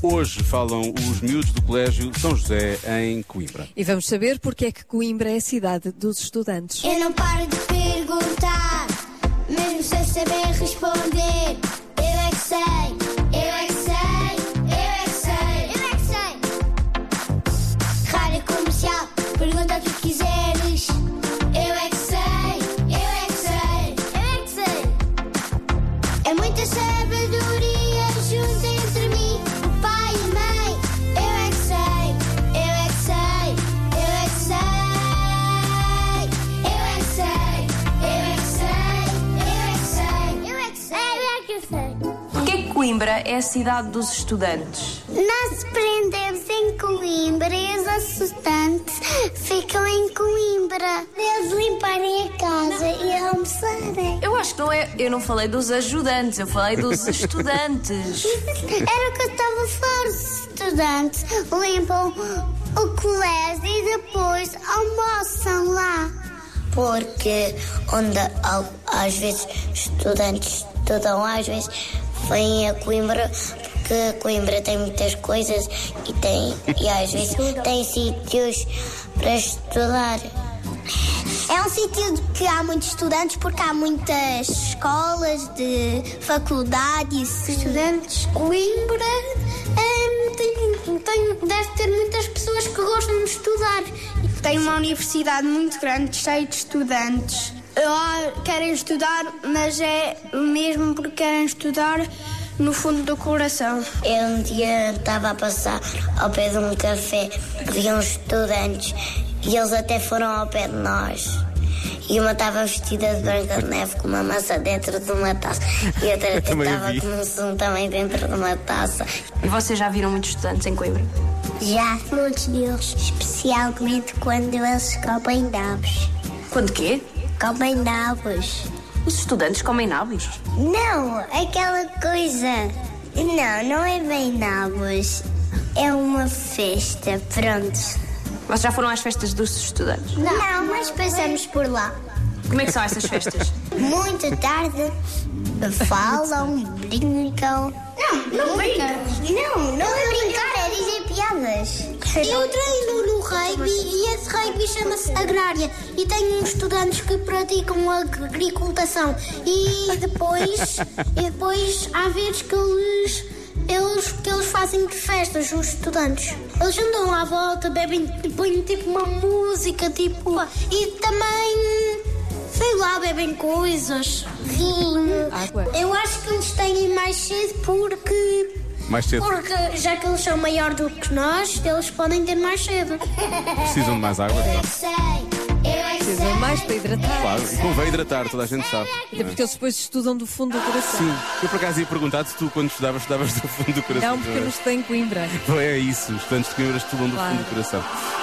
Hoje falam os miúdos do Colégio São José em Coimbra. E vamos saber porque é que Coimbra é a cidade dos estudantes. Eu não paro de perguntar, mesmo sem saber responder. Eu é que sei, eu é que sei, eu é que sei, eu é que sei. Rádio comercial, pergunta o que quiseres. Eu é que sei, eu é que sei, eu é que sei. É muita sabedoria junto entre mim, o pai e a mãe. Eu é que sei, eu é que sei, eu é que sei. Eu é que sei, eu é que sei, eu é que sei. Eu é que sei, eu é que sei. Porquê que Coimbra é a cidade dos estudantes? Nós prendemos em Coimbra e os assustantes ficam em Coimbra. Eles limparem a casa e almoçarem. Eu acho que não é. Eu não falei dos ajudantes, eu falei dos estudantes. Era o que eu estava a falar. Os estudantes limpam o colégio e depois almoçam lá. porque onde al- às vezes estudantes estudam, às vezes vêm a Coimbra, porque Coimbra tem muitas coisas e, tem, e às vezes tem sítios para estudar. É um sítio de que há muitos estudantes porque há muitas escolas de faculdade e estudantes. Coimbra hum, tem, tem- deve ter muitas pessoas que gostam de estudar. Tem uma universidade muito grande, cheia de estudantes. Lá Ah, querem estudar, mas é mesmo porque querem estudar no fundo do coração. Eu um dia estava a passar ao pé de um café, havia uns estudantes e eles até foram ao pé de nós. E uma estava vestida de branca de neve com uma massa dentro de uma taça e a outra também estava vi. com um sumo também dentro de uma taça. E vocês já viram muitos estudantes em Coimbra? Já muitos deles, especialmente quando eles comem nabos. Quando quê? Comem nabos. Os estudantes comem nabos? Não, aquela coisa. Não, não é bem nabos. É uma festa, pronto. Vocês já foram às festas dos estudantes? Não, mas passamos por lá. Como é que são essas festas? Muito tarde, falam, brincam. Não, não brincam. Não, não é brincar, é dizer piadas. Eu treino no rugby e esse rugby chama-se agrária. E tenho uns estudantes que praticam a agricultação. E depois, e depois há vezes que eles, eles, que eles fazem festas, os estudantes. Eles andam à volta, bebem, põem tipo uma música, tipo... E também... Sei lá, bebem coisas. Vinho. Água. Eu acho que eles têm mais cedo porque. Mais cedo. Porque já que eles são maior do que nós, eles podem ter mais cedo. Precisam de mais água? Sei, eu é que Precisam mais para hidratar. Claro, e convém hidratar, toda a gente sabe. Até não é? porque eles depois estudam do fundo do coração. Sim, eu por acaso ia perguntar se tu, quando estudavas, estudavas do fundo do coração. Não, porque eu não estou um em Coimbra. Então é isso, os estudantes de Coimbra estudam do Claro. fundo do coração.